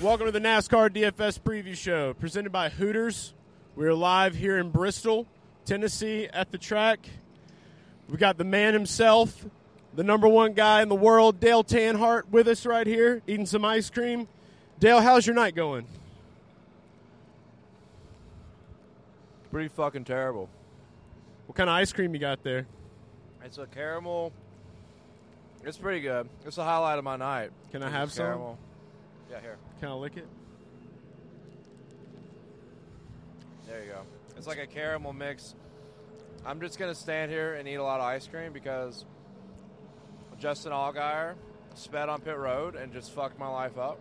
Welcome to the NASCAR DFS Preview Show, presented by Hooters. We're live here in Bristol, Tennessee, at the track. We got the man himself, the number one guy in the world, Dale Tanhart, with us right here, eating some ice cream. Dale, how's your night going? Pretty fucking terrible. What kind of ice cream you got there? It's a caramel. It's pretty good. It's the highlight of my night. Can I It's have some? caramel. Yeah, here. Can I lick it? There you go. It's like a caramel mix. I'm just gonna stand here and eat a lot of ice cream because Justin Allgaier sped on pit road and just fucked my life up.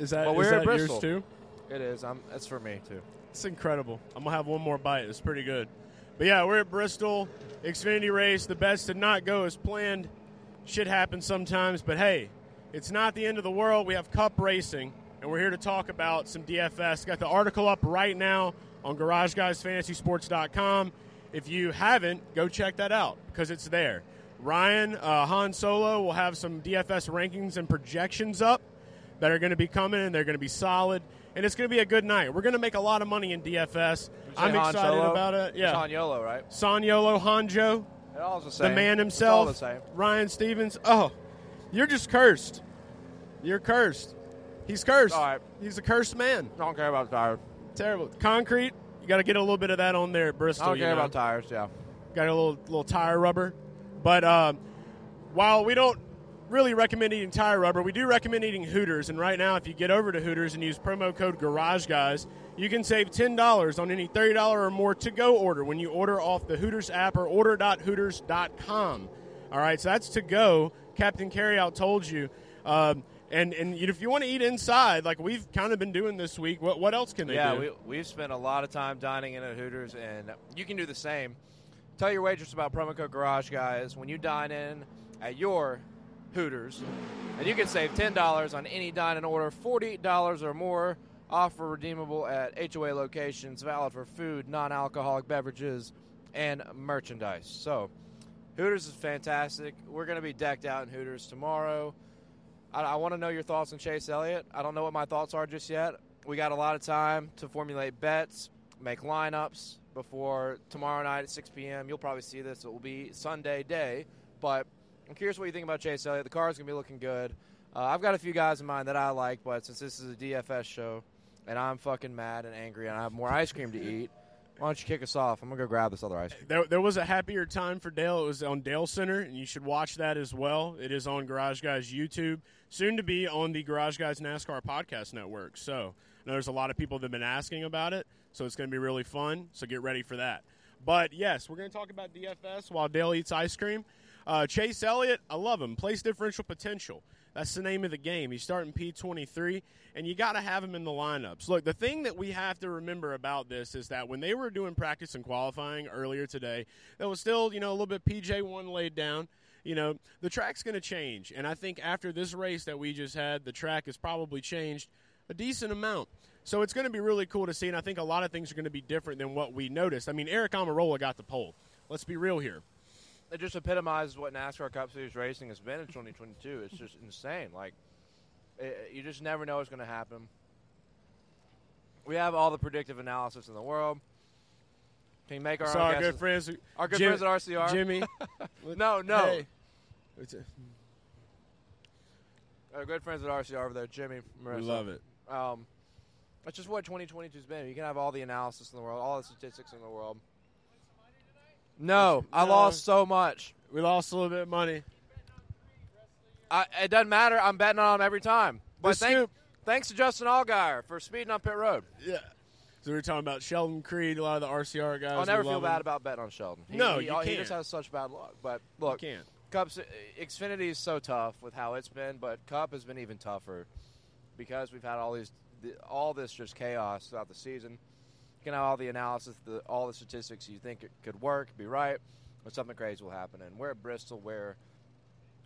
Is that, Well, is we're that at Bristol. yours too? It is. I'm. It's for me too. It's incredible. I'm gonna have one more bite. It's pretty good. But yeah, we're at Bristol Xfinity race. The best did not go as planned. Shit happens sometimes, but hey, it's not the end of the world. We have Cup racing, and we're here to talk about some DFS. Got the article up right now on GarageGuysFantasySports.com. If you haven't, go check that out because it's there. Ryan uh, Han Solo will have some DFS rankings and projections up that are going to be coming and they're going to be solid and it's going to be a good night. We're going to make a lot of money in DFS. I'm Say Han excited Solo? about it. It's Yeah. Han Yolo, right? Saniolo Hanjo, It all's the same. the man It's all himself, the same. Ryan Stevens. Oh, you're just cursed. You're cursed. He's cursed. All right. He's a cursed man. I don't care about tires. Terrible. Concrete, you got to get a little bit of that on there at I Bristol. don't you care know? about tires. Yeah. got a little little tire rubber. But um, while we don't really recommend eating tire rubber, we do recommend eating Hooters. And right now, if you get over to Hooters and use promo code Garage Guys, you can save ten dollars on any thirty dollar or more to go order when you order off the Hooters app or order.hooters.com. All right, so that's to go. Captain Carryout told you. Um, and, and if you want to eat inside, like we've kind of been doing this week, what, what else can they yeah, do? we, we've spent a lot of time dining in at Hooters, and you can do the same. Tell your waitress about promo code Garage Guys when you dine in at your Hooters, and you can save ten dollars on any dine-in order, forty dollars or more. Offer redeemable at HOA locations, valid for food, non-alcoholic beverages, and merchandise. So, Hooters is fantastic. We're going to be decked out in Hooters tomorrow. I, I want to know your thoughts on Chase Elliott. I don't know what my thoughts are just yet. We got a lot of time to formulate bets, make lineups before tomorrow night at 6 p.m. You'll probably see this. It will be Sunday day, but I'm curious what you think about Chase Elliott. The car's gonna be looking good. Uh, I've got a few guys in mind that I like, but since this is a DFS show, and I'm fucking mad and angry, and I have more ice cream to eat, why don't you kick us off? I'm gonna go grab this other ice cream. There, there was a happier time for Dale. It was on Dale Center, and you should watch that as well. It is on Garage Guys YouTube, soon to be on the Garage Guys NASCAR Podcast Network. So I know there's a lot of people that have been asking about it, so it's going to be really fun. So get ready for that. But yes, we're going to talk about DFS while Dale eats ice cream. Uh, Chase Elliott, I love him. Place differential potential. That's the name of the game. He's starting P23, and you got to have him in the lineups. Look, the thing that we have to remember about this is that when they were doing practice and qualifying earlier today, there was still, you know, a little bit PJ1 laid down. You know, the track's going to change. And I think after this race that we just had, the track has probably changed a decent amount. So it's going to be really cool to see. And I think a lot of things are going to be different than what we noticed. I mean, Eric Amarola got the pole. Let's be real here. it just epitomizes what NASCAR Cup Series racing has been in 2022. It's just insane. Like, it, you just never know what's going to happen. We have all the predictive analysis in the world. Can make our So own our guesses. good friends, Our good Jim- friends at RCR. Jimmy. No, no. Hey. It's a- Our good friends at RCR over there, Jimmy. Marissa. We love it. Um, that's just what 2022's been. You can have all the analysis in the world, all the statistics in the world. No, I No. lost so much. We lost a little bit of money. I, it doesn't matter. I'm betting on him every time. But The thank, scoop. thanks to Justin Allgaier for speeding on pit road. Yeah. So we were talking about Sheldon Creed, a lot of the RCR guys. I'll never we feel love bad him. about betting on Sheldon. He, No, he, you he can't. just has such bad luck. But look, You can't. Cup's Xfinity is so tough with how it's been, but Cup has been even tougher because we've had all these, th- all this just chaos throughout the season. You can have all the analysis, the, all the statistics you think it could work, be right, but something crazy will happen. And we're at Bristol, where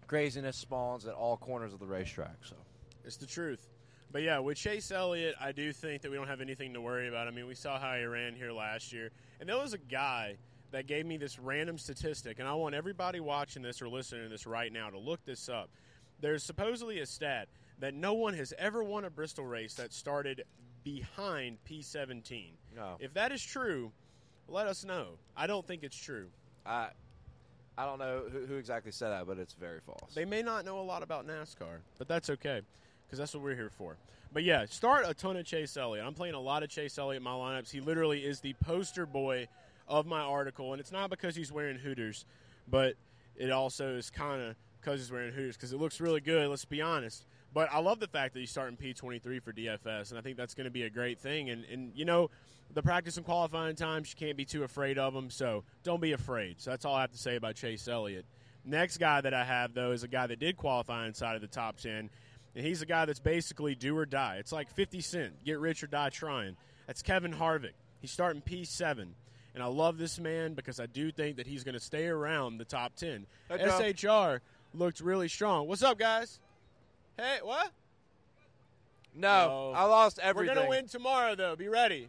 craziness spawns at all corners of the racetrack. So It's the truth. But yeah, with Chase Elliott, I do think that we don't have anything to worry about. I mean, we saw how he ran here last year. And there was a guy that gave me this random statistic, and I want everybody watching this or listening to this right now to look this up. There's supposedly a stat that no one has ever won a Bristol race that started behind P17. No. If that is true, let us know. I don't think it's true. I, I don't know who, who exactly said that, but it's very false. They may not know a lot about NASCAR, but that's okay because that's what we're here for. But yeah, start a ton of Chase Elliott. I'm playing a lot of Chase Elliott in my lineups. He literally is the poster boy of my article, and it's not because he's wearing Hooters, but it also is kind of because he's wearing Hooters because it looks really good. Let's be honest. But I love the fact that he's starting P23 for DFS, and I think that's going to be a great thing. And, and, you know, the practice and qualifying times, you can't be too afraid of them, so don't be afraid. So that's all I have to say about Chase Elliott. Next guy that I have, though, is a guy that did qualify inside of the top 10, and he's a guy that's basically do or die. It's like 50 Cent, get rich or die trying. That's Kevin Harvick. He's starting P7. And I love this man because I do think that he's going to stay around the top 10. Hey, Joe. SHR looked really strong. What's up, guys? Hey, what? No. no, I lost everything. We're gonna win tomorrow, though. Be ready.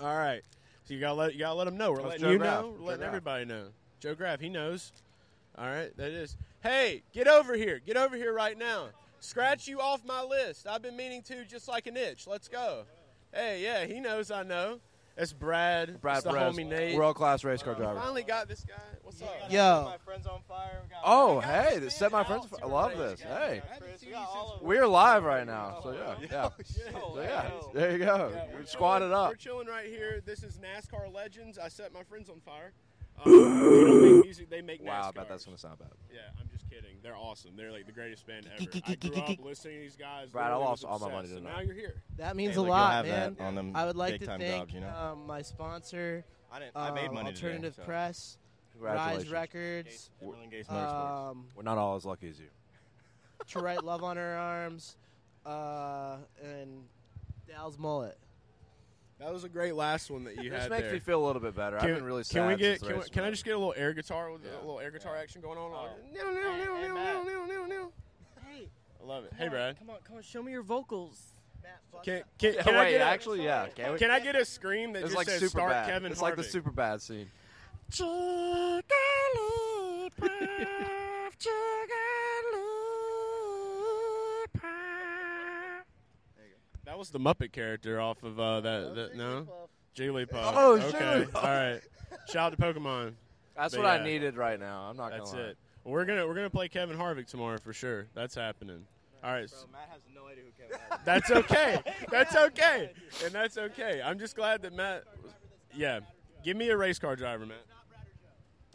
All right. So you gotta let you gotta let them know. We're That's letting Joe you Graff. know. Joe We're letting Graff. everybody know. Joe Graff, he knows. All right, that is. Hey, get over here. Get over here right now. Scratch you off my list. I've been meaning to, just like an itch. Let's go. Hey, yeah, he knows. I know. That's Brad. Brad That's the Perez, homie Nate. world class race car driver. Finally got this guy. What's up? Yo. My friends on fire. We got- Oh, we got hey, this this man set my out friends. to I our love race. this. Yeah, Hey, Chris, we got all of we're live right now, so yeah, yeah. them. So Oh, yeah, hell. there you go. Yeah, We're chilling- squatted up. We're chilling right here. This is NASCAR Legends. I set my friends on fire. Um, they don't make music. They make Wow, I bet NASCARs. that's gonna sound bad. Yeah, I'm just kidding. They're awesome. They're like the greatest band ever. Geek, geek, I geek, grew up geek. listening to these guys. Brad, I literally was lost all my money obsessed, and tonight. now you're here. That means Hey, look, a you'll lot, have that man. on them I would like to big-time thank jobs, you know? um, my sponsor, I, didn't, um, I made money today, Alternative so. Press, Rise Congratulations. Records, Gates- Emerlin Gates Motorsports. um, We're not all as lucky as you. To Write Love on Her Arms, uh, and Dal's Mullet. That was a great last one that you This had makes there. me feel a little bit better. I've been really sad. Can we since get? the Can, we, race can I was just get a little air guitar with Yeah. a little air guitar Yeah. action going on? Oh. No, no, no, Hey, hey, no, Matt. no, no, no. Hey, I love it. come Hey, on, Brad. Come on, come on, show me your vocals. Can, can, over. can Oh, I wait, get a, actually, yeah. Can we? Can I get a scream that it's just like says super start bad. Kevin it's like the Harvick"? super bad scene. That was the Muppet character off of uh, that, that. No, Jigglypuff. Oh, okay. Jigglypuff. All right. Shout out to Pokemon. That's But what I yeah. needed right now. I'm not That's gonna it. We're gonna we're gonna play Kevin Harvick tomorrow for sure. That's happening. All right. Bro, Matt has no idea who Kevin Harvick That's okay. That's okay. And that's okay. I'm just glad that Matt. Yeah. Give me a race car driver, Matt. lie.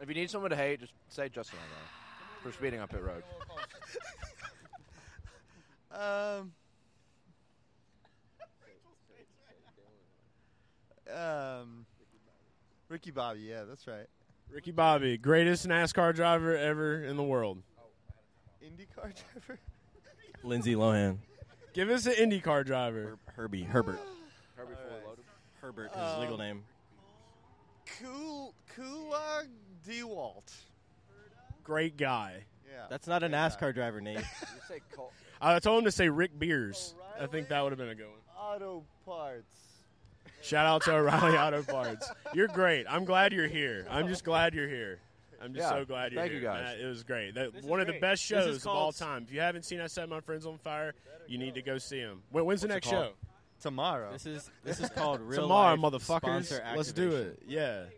If you need someone to hate, just say Justin Almeida for speeding on pit road. Um. um, Ricky Bobby, yeah, that's right. Ricky Bobby, greatest NASCAR driver ever in the world. IndyCar driver? Lindsay Lohan. Give us an IndyCar driver. Herbie. Herbert. Herbie All right. Fuller-Loaded. Herbert is his legal name. Cool, Kulak Dewalt. Great guy. Yeah. That's not a NASCAR driver, Nate. You say Col- I told him to say Rick Beers. I think that would have been a good one. Auto Parts. Shout out to O'Reilly Auto Parts. You're great. I'm glad you're here. I'm just glad you're here. I'm just Yeah. so glad you're Thank you here. guys. Matt. It was great. That, This is one of the great. best This is shows of called- all time. If you haven't seen I Set My Friends on Fire, you need to go see them. When, when's the What's it next show? called? Tomorrow. This is this is called real Tomorrow, life motherfuckers. sponsor Let's do activation. it. Yeah. there you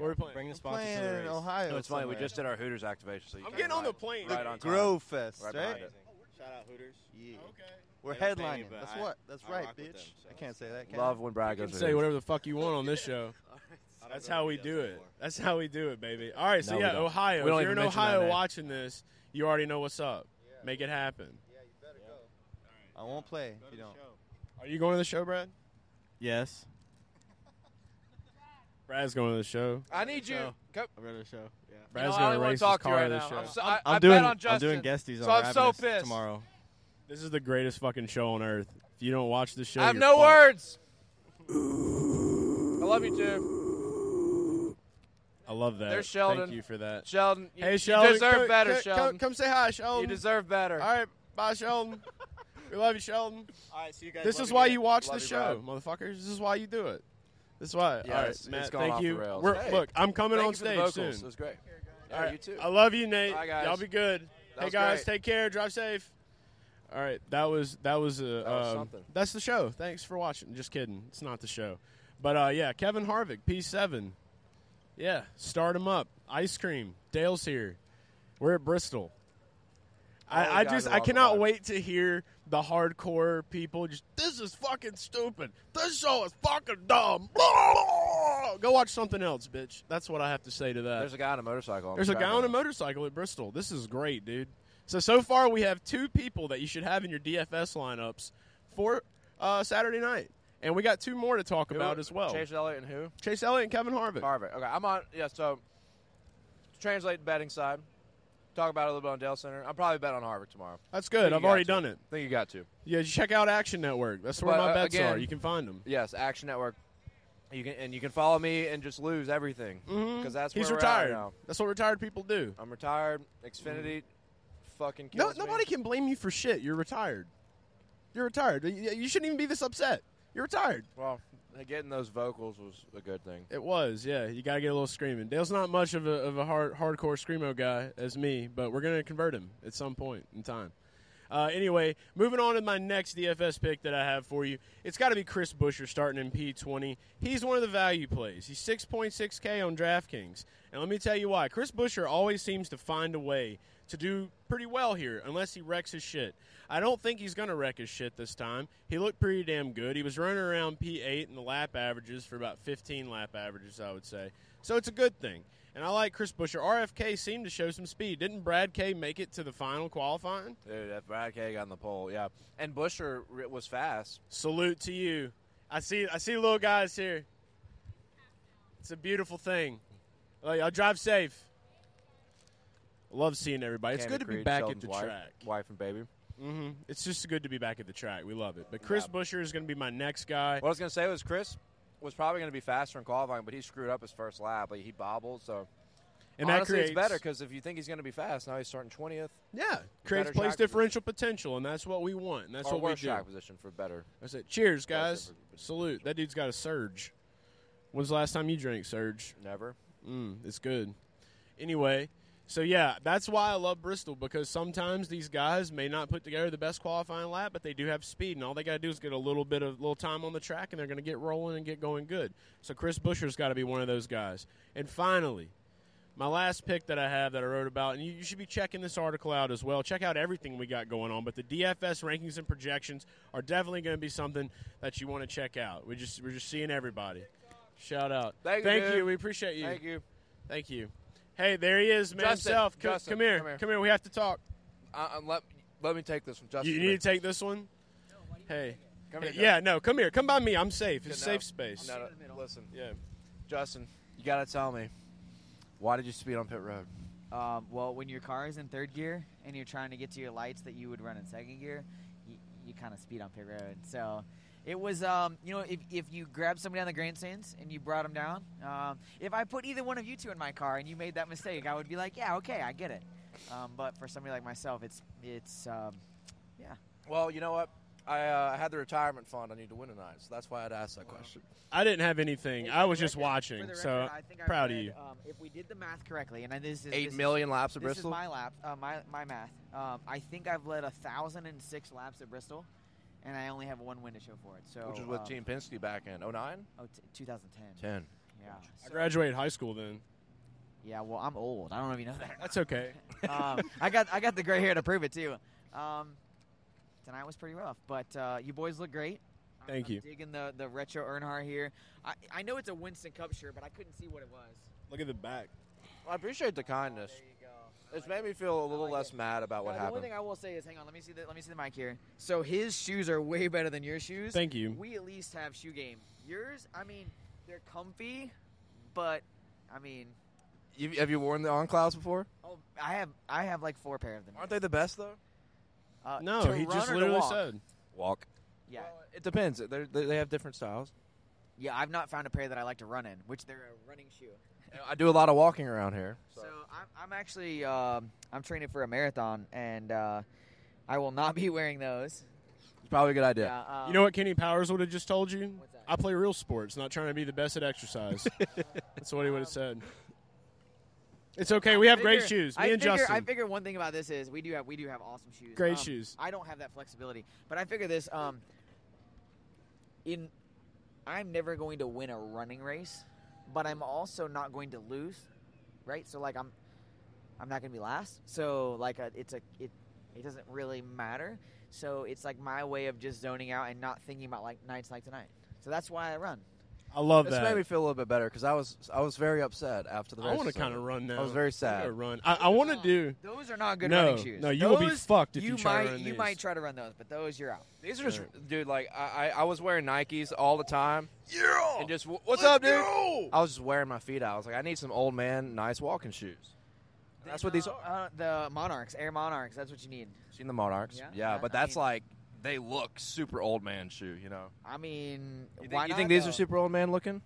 What are we go. playing? Bring the sponsors playing to the in race. Ohio. No, it's funny. We somewhere. just did our Hooters activation. So you I'm came getting on the right- plane. Right on time. Grove Fest, Right right? behind us. Shout out Hooters. Yeah. Okay. We're They don't pay me, headlining. but That's I- what. That's I right, rock bitch. with them, so I can't say that. Can Love I? when Brad You goes. can to say Hooters. whatever the fuck you want on this show. I don't That's know how who we does do it. anymore. That's how we do it, baby. All right, so No, we yeah, don't. Ohio. We don't If you're even in mention that Ohio name. watching this, you already know what's up. Make it happen. I won't play if you don't. Are you going to the show, Brad? Yes, Brad's going to the show. I need you. So- Come- I'm ready to show. you Yeah, know, Brad's I only going to wanna race his talk to you car right to the now. show. I'm, so, I, I'm I doing bet on I'm Justin. doing guesties on So I'm so Ravenous pissed. tomorrow. This is the greatest fucking show on earth. If you don't watch this show, I have you're no fucked. words. I love you too, I love that. There's Sheldon. Thank you for that. Sheldon. You, Hey, you Sheldon. deserve come, better, come, Sheldon. Come say hi, Sheldon. you deserve better. All right, bye, Sheldon. we love you, Sheldon. All right, so you guys. This love is me why today. you watch Love the you, show, motherfuckers. This is why you do it. This is why. Yeah, All right, it's- Matt. it's gone thank off the you. rails. We're, Hey, Look, I'm coming Thank on you for the stage vocals. soon. That was great. All Yeah, right. you too. I love you, Nate. Bye, guys. Y'all be good. That hey was guys, great. take care. Drive safe. All right, that was that was, uh, was um, something. That's the show. Thanks for watching. Just kidding, it's not the show, but uh, yeah, Kevin Harvick, P seven. Yeah, start him up. Ice cream. Dale's here. We're at Bristol. Oh, I, I God, just I I love the cannot vibe. wait to hear the hardcore people just this is fucking stupid. This show is fucking dumb. Go watch something else, bitch. That's what I have to say to that. There's a guy on a motorcycle. I'm There's a driving guy on a it. motorcycle at Bristol. This is great, dude. So so far we have two people that you should have in your DFS lineups for uh, Saturday night, and we got two more to talk Who- about as well. Chase, Chase Elliott and who? Elliott and Kevin Harvick. Harvick. Okay, I'm on. Yeah, so translate the betting side. Talk about it a little bit on Dell Center. I'm probably bet on Harvick tomorrow. That's I good. think you I've got already to. done it. I think you got to. Yeah, you check out Action Network. That's where But, my uh, bets are. again- You can find them. Yes, Action Network. You can and you can follow me and just lose everything because that's Mm-hmm. where He's we're at retired. now. That's what retired people do. I'm retired. Xfinity, fucking Mm-hmm. No, kills me. nobody can blame you for shit. You're retired. You're retired. You you shouldn't even be this upset. You're retired. Well, getting those vocals was a good thing. It was, yeah. You got to get a little screaming. Dale's not much of a, of a hard, hardcore screamo guy as me, but we're going to convert him at some point in time. Uh, anyway, moving on to my next DFS pick that I have for you. It's got to be Chris Busher starting in P20. He's one of the value plays. He's 6.6K on DraftKings. And let me tell you why. Chris Busher always seems to find a way to do pretty well here unless he wrecks his shit. I don't think he's going to wreck his shit this time. He looked pretty damn good. He was running around P8 in the lap averages for about 15 lap averages, I would say. So it's a good thing. And I like Chris Busher. RFK seemed to show some speed. Didn't Brad K make it to the final qualifying? Dude, Uh, that Brad K got in the pole. Yeah, and Busher r- was fast. Salute to you. I see I see little guys here. It's a beautiful thing. Well, y'all drive safe. Love seeing everybody. It's Candy good to be Creed, back Sheldon's at the wife, track. Wife and baby. hmm It's just good to be back at the track. We love it. But Chris Yeah. Busher is going to be my next guy. What I was gonna say was Chris was probably gonna be faster in qualifying, but he screwed up his first lap. Like he bobbled, so And honestly, that creates it's better because if you think he's gonna be fast, now he's starting twentieth. Yeah, creates place better track position. differential potential, and that's what we want. And that's or what we worse do. track position for better. That's it. Cheers, guys. Worse track position. Salute. That dude's got a surge. When's the last time you drank surge? Never. Mm, it's good. Anyway, so yeah, that's why I love Bristol because sometimes these guys may not put together the best qualifying lap, but they do have speed, and all they got to do is get a little bit of little time on the track, and they're going to get rolling and get going good. So Chris Busher's got to be one of those guys. And finally, my last pick that I have that I wrote about, and you, you should be checking this article out as well. Check out everything we got going on, but the DFS rankings and projections are definitely going to be something that you want to check out. We just we're just seeing everybody. Shout out! Thank you, dude. We appreciate you. Thank you. Thank you. Hey, there he is, man Justin, himself. Co- Justin, come here. come here. We have to talk. I, I- let let me take this one, Justin. you come here. need to take this one. Hey. Come here, Hey, yeah, no, come here. Come by me. I'm safe. It's a No, safe space. No, no, listen, Yeah. Justin, you gotta tell me why did you speed on pit road? Um, well, when your car is in third gear and you're trying to get to your lights that you would run in second gear, you, you kind of speed on pit road. So it was, um, you know, if, if you grabbed somebody on the grandstands and you brought them down, um, if I put either one of you two in my car and you made that mistake, I would be like, yeah, okay, I get it. Um, but for somebody like myself, it's it's um, Well, you know what? I, uh, I had the retirement fund I need to win tonight, so that's why I'd ask that question. I didn't have anything. I was just For the watching. record, so I think I proud of read, you. Um, if we did the math correctly, and I- this is Eight this is- million laps of this Bristol. is my lap, uh, my my math. Um, I think I've led a thousand and six laps at Bristol, and I only have one win to show for it. So which is with um, Team Penske back in 09? Oh, t- 2010. 10. Yeah. I So- graduated high school then. yeah. Well, I'm old. I don't know if you know that. That's okay. um, I got I got the gray hair to prove it too. Um, tonight was pretty rough, but uh, you boys look great. I'm- Thank I'm you. Digging the the retro Earnhardt here. I I know it's a Winston Cup shirt, but I couldn't see what it was. Oh, Look at the back. I appreciate the There kindness. you go. It's made me feel a little like less it. mad about what Now, The happened. only thing I will say is, hang on, let me see the let me see the mic here. So his shoes are way better than your shoes. Thank you. We at least have shoe game. Yours, I mean, they're comfy, but I mean, You- have you worn the On Clouds before? oh, I have I have like four pair of them. Aren't they the best though? Uh, No, to he run just or to literally walk? said. Walk. Yeah, Well, it depends. They're, they they have different styles. yeah. I've not found a pair that I like to run in, which they're a running shoe. I do a lot of walking around here. So I'm, I'm actually um, I'm training for a marathon, and uh, I will not be wearing those. It's probably a good idea. Yeah, You know what Kenny Powers would have just told you? Um, What's that? I play real sports, not trying to be the best at exercise. That's what he would have said. It's okay. We have great Figure- shoes. Me Um, I and figure, Justin. I figure one thing about this is we do have we do have awesome shoes. Great Um, shoes. I don't have that flexibility, but I figure this. Um, in I'm never going to win a running race, but I'm also not going to lose, right? So like I'm, I'm not going to be last. So like uh it's a it it doesn't really matter. So it's like my way of just zoning out and not thinking about like nights like tonight. So that's why I run. I love This that. made me feel a little bit better because I was I was very upset after the race. I want to was over. kind of run now. I was very I gotta sad. run. I, I want to do. Those are not good no, running shoes. no, you will be Those- fucked if you, you try might to run you these. might try to run those, but those you're out. These are just, dude. Like I, I, I was wearing Nikes all the time. Yeah. And just what's up, dude? I was just wearing my feet out. I was like, I need some old man nice walking shoes. That's what these are. Uh, the Monarchs, Air Monarchs. That's what you need. Seen the Monarchs? Yeah. but I- I that's mean- like they look super old man shoe. You know. I mean, You why think, you not, think these though? are super old man looking?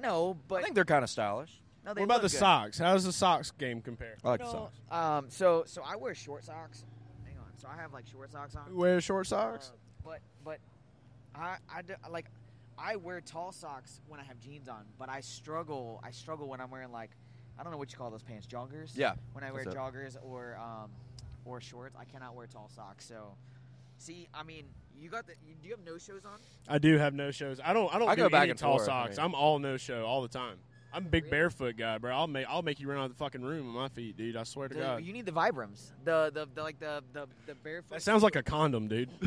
No, but I think they're kind of stylish. no, they What about look the good. socks? How does the socks game compare? I like No, Um, so so I wear short socks. Hang on, so I have like short socks on. You wear short socks? Uh, but but I I do, like I wear tall socks when I have jeans on, but I struggle I struggle when I'm wearing like I don't know what you call those pants joggers. Yeah, When I wear that's it. joggers or um or shorts, I cannot wear tall socks. So see, I mean, you got the you, do you have no shows on? I do have no shows. I don't. I don't I do go back any and tall forth, I socks. mean. I'm all no show all the time. I'm a big Really? barefoot guy, bro. I'll make I'll make you run out of the fucking room with my feet, dude. I swear to The- God. you need the Vibrams, the the, the like the the, the barefoot. that sounds like a condom, dude.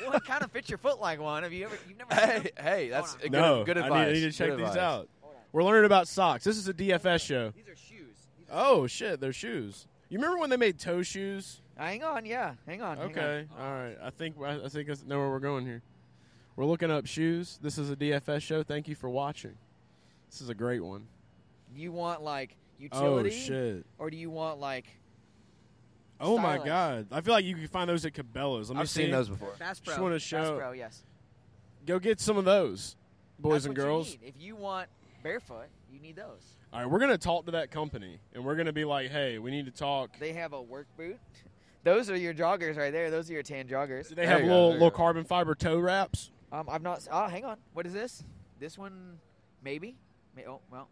well, it kind of fits your foot like one. Have you ever? You've never. seen Hey, them? hey, that's on. good, no, good I need- advice. I need, to good check these advice. out. Hold on. We're learning about socks. This is a DFS show. These are shoes. These are- Oh shit, they're shoes. You remember when they made toe shoes? Hang on, yeah, hang on. hang on. Okay, all right. I think I I think I know where we're going here. We're looking up shoes. This is a DFS show. Thank you for watching. This is a great one. You want like utility, Oh shit. or do you want like Oh my Stylish. god. I feel like you can find those at Cabela's. Let me I've see. seen those before. Bass Pro? Just wanna Bass show- Pro, yes. Go get some of those, boys That's and what you girls. need. If you want barefoot, you need those. All right, we're gonna talk to that company, and we're gonna be like, "Hey, we need to talk." They have a work boot. Those are your joggers right there. Those are your tan joggers. Do they There have you go, little there you little go. carbon fiber toe wraps? Um, I've not. s- Oh, hang on. What is this? This one, maybe. May, oh well,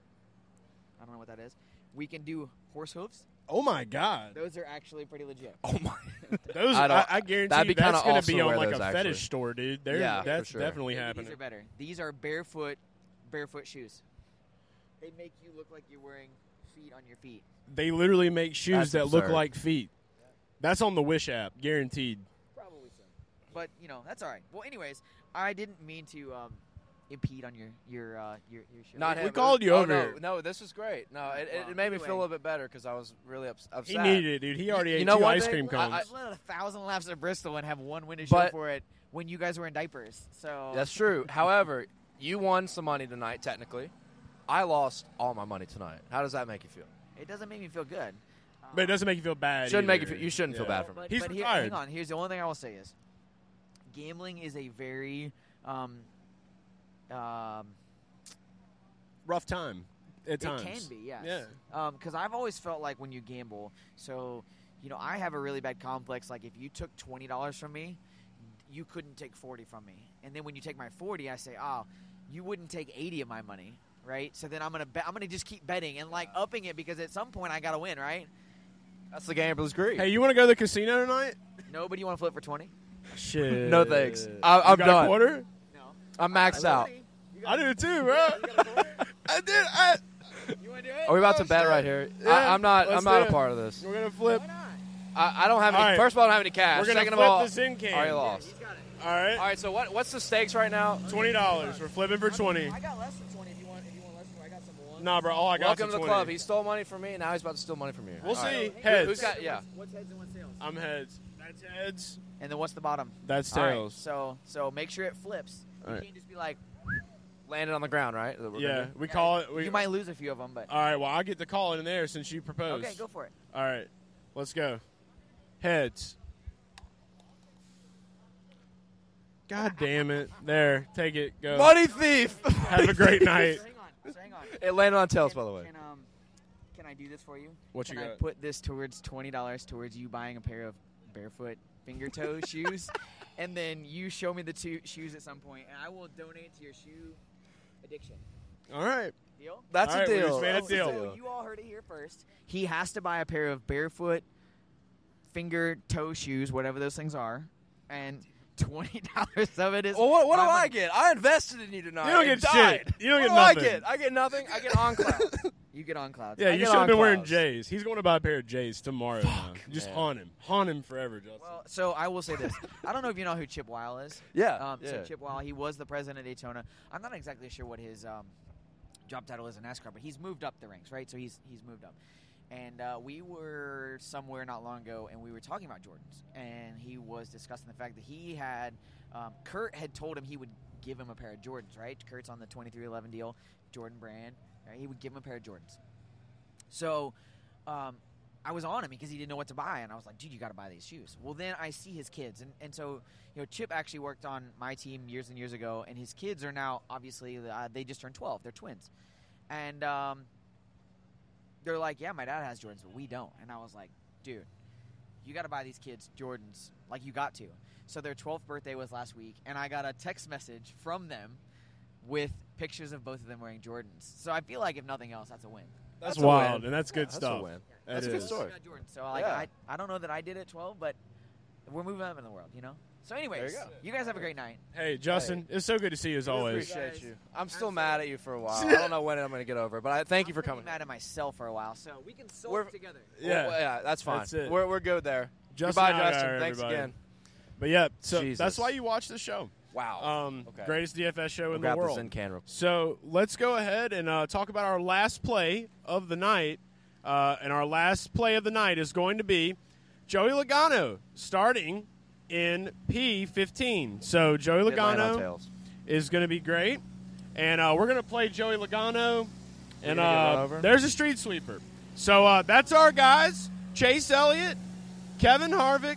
I don't know what that is. We can do horse hooves. Oh my god, Those are actually pretty legit. Oh my! those I I, don't- I, guarantee that'd be you that's kinda gonna awesome be to on wear like those, a actually. fetish store, dude. There, Yeah, for that's sure. definitely Maybe happening. These are better. These are barefoot, barefoot shoes. They make you look like you're wearing feet on your feet. They literally make shoes That's that look absurd. like feet. That's on the Wish app, guaranteed. Probably so. But you know that's all right. Well, anyways, I didn't mean to um, impede on your your uh, your your show. Not We him. called you Oh, over no, here. No, this is great. No, it, it, Wow. it made me Anyway. feel a little bit better because I was really ups- upset. He needed it, dude. He already you ate know two one ice thing? cream I- cones. I've led a thousand laps at Bristol and have one win to show But- for it when you guys were in diapers. So That's true. However, you won some money tonight. Technically, I lost all my money tonight. How does that make you feel? it doesn't make me feel good. but it doesn't make you feel bad. Shouldn't make you either. feel- you shouldn't feel Yeah. bad for me. But, He's Um, but here, retired. hang on. Here's the only thing I will say is, gambling is a very um, um, Rough time at times. It can be, yes. Yeah. Because I've always felt like when you gamble, so you know, I have a really bad complex. Like if you took twenty dollars from me, you couldn't take forty from me. And then when you take my forty, I say, oh, you wouldn't take eighty of my money, right? So then I'm gonna bet. I'm gonna just keep betting and like upping it because at some point I gotta win, right? That's the gambler's greed. Hey, you want to go to the casino tonight? Nobody want to flip for twenty? Shit. No thanks. I- I'm uh, you got done. A quarter? No. I'm maxed out. I do too, bro. I did. I, You want to do it? Are we about to Oh, bet shit. right here? Yeah, I, I'm not. let's I'm do not it. a part of this. we're gonna flip. Why not? I, I don't have any. All right. First of all, I don't have any cash. We're gonna Second of flip all, the Zin can. already Yeah, lost. he's got it. All right. All right. So what? What's the stakes right now? Twenty dollars. We're flipping for twenty. I got less than twenty. If you want, if you want less than, I got some one. Nah, bro. All I got. Welcome to is the 20. club. He stole money from me, and now he's about to steal money from you. We'll see. All right. Heads. Who's got? Yeah. What's heads and what's tails? I'm heads. That's heads. And then what's the bottom? That's All right, tails. so so make sure it flips. All you right. can't just be like Landed on the ground, right? Is that what we're yeah, gonna do? we call it. We, you might lose a few of them, but All right. Well, I'll get the call in there since you proposed. okay, go for it. All right. Let's go. Heads. God damn it! There, take it. Go. Money thief. Have a great night. So hang on, so hang on. It landed on tails, by the way. Can, um, can I do this for you? What can you I got? put this towards twenty dollars towards you buying a pair of barefoot finger toe shoes, and then you show me the two shoes at some point, and I will donate to your shoe addiction. All right. Deal? Oh, That's All right, a we deal. just made a That's deal. So you all heard it here first. He has to buy a pair of barefoot finger toe shoes, whatever those things are, and twenty dollars of it is. Oh. Well, what, what do I'm I like- get? I invested in you tonight. You don't and get died. shit. You don't get What do nothing. I get? I get nothing. I get on cloud. You get on clouds. Yeah, I you get should have on been wearing clouds. J's. He's going to buy a pair of J's tomorrow. now. Just man. haunt him. Haunt him forever, Justin. Well, so I will say this. I don't know if you know who Chip Weil is. yeah. Um, yeah. So Chip Weil, he was the president of Daytona. I'm not exactly sure what his um, job title is in NASCAR, but he's moved up the ranks, right? So he's he's moved up. And uh, we were somewhere not long ago, and we were talking about Jordans, and he was discussing the fact that he had um, Kurt had told him he would give him a pair of Jordans, right? Kurt's on the 2311 deal, Jordan brand. Right? He would give him a pair of Jordans. So um, I was on him because he didn't know what to buy, and I was like, dude, you got to buy these shoes. Well, then I see his kids, and, and so you know, Chip actually worked on my team years and years ago, and his kids are now obviously uh, they just turned twelve; they're twins, and um, they're like, yeah, my dad has Jordans, but we don't. And I was like, dude, you got to buy these kids Jordans, like you got to. So their twelfth birthday was last week, and I got a text message from them with pictures of both of them wearing Jordans. So I feel like if nothing else, that's a win. that's, a wild, win. and that's Yeah, good that's a stuff. win. That That's a good is. story. Got Jordan. So like Yeah. I, I don't know that I did at 12, but we're moving up in the world, you know. So anyways, go. you guys have a great night. Hey, Justin, it's so good to see you as always. Appreciate Guys, you. I'm still mad at you for a while. I don't know when I'm going to get over, it, but I thank you I'm for gonna coming. Be mad at myself for a while, so we can solve We're- it together. Yeah. Well, yeah, that's fine. That's it. We're we're good there. Justin Goodbye, Allgaier, Justin. Thanks everybody. again. But yeah, so that's Jesus. why you watch the show. Wow. Um, Okay. Greatest DFS show in the grab world. this in camera. So let's go ahead and uh, talk about our last play of the night. Uh, and our last play of the night is going to be Joey Logano starting in P15. So Joey Logano Tails. is going to be great. And uh, we're going to play Joey Logano. And gonna get uh, run over? there's a street sweeper. So uh, that's our guys Chase Elliott, Kevin Harvick,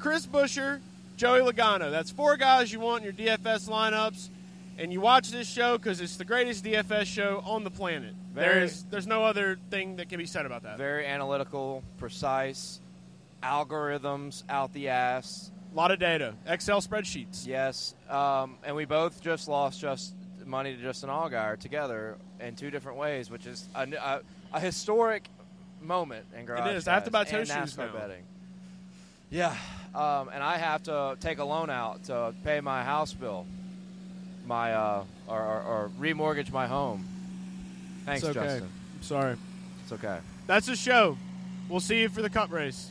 Chris Busher, Joey Logano. That's four guys you want in your DFS lineups, and you watch this show because it's the greatest DFS show on the planet. there Very- is there's no other thing that can be said about that. Very analytical, precise, algorithms out the ass. A lot of data, Excel spreadsheets. Yes, um, and we both just lost just money to Justin Allgaier together in two different ways, which is a, a, a historic moment in garage. is. I have to buy Guys toe and shoes NASCAR now. betting. Yeah, um, and I have to take a loan out to pay my house bill, my uh, or, or, or remortgage my home. Thanks, it's okay. Justin. I'm sorry. It's okay. That's the show. We'll see you for the cup race.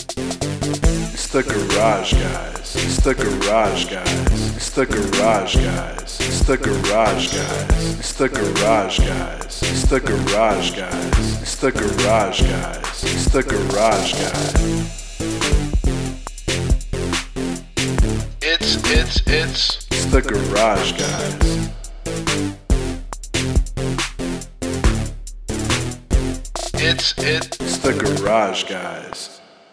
It's the garage guys. It's the garage guys. It's the garage guys. It's the garage guys. It's the garage guys. It's the garage guys. It's the garage guys. It's the garage guys. It's it's it's it's the garage guys. It's it. It's the garage guys.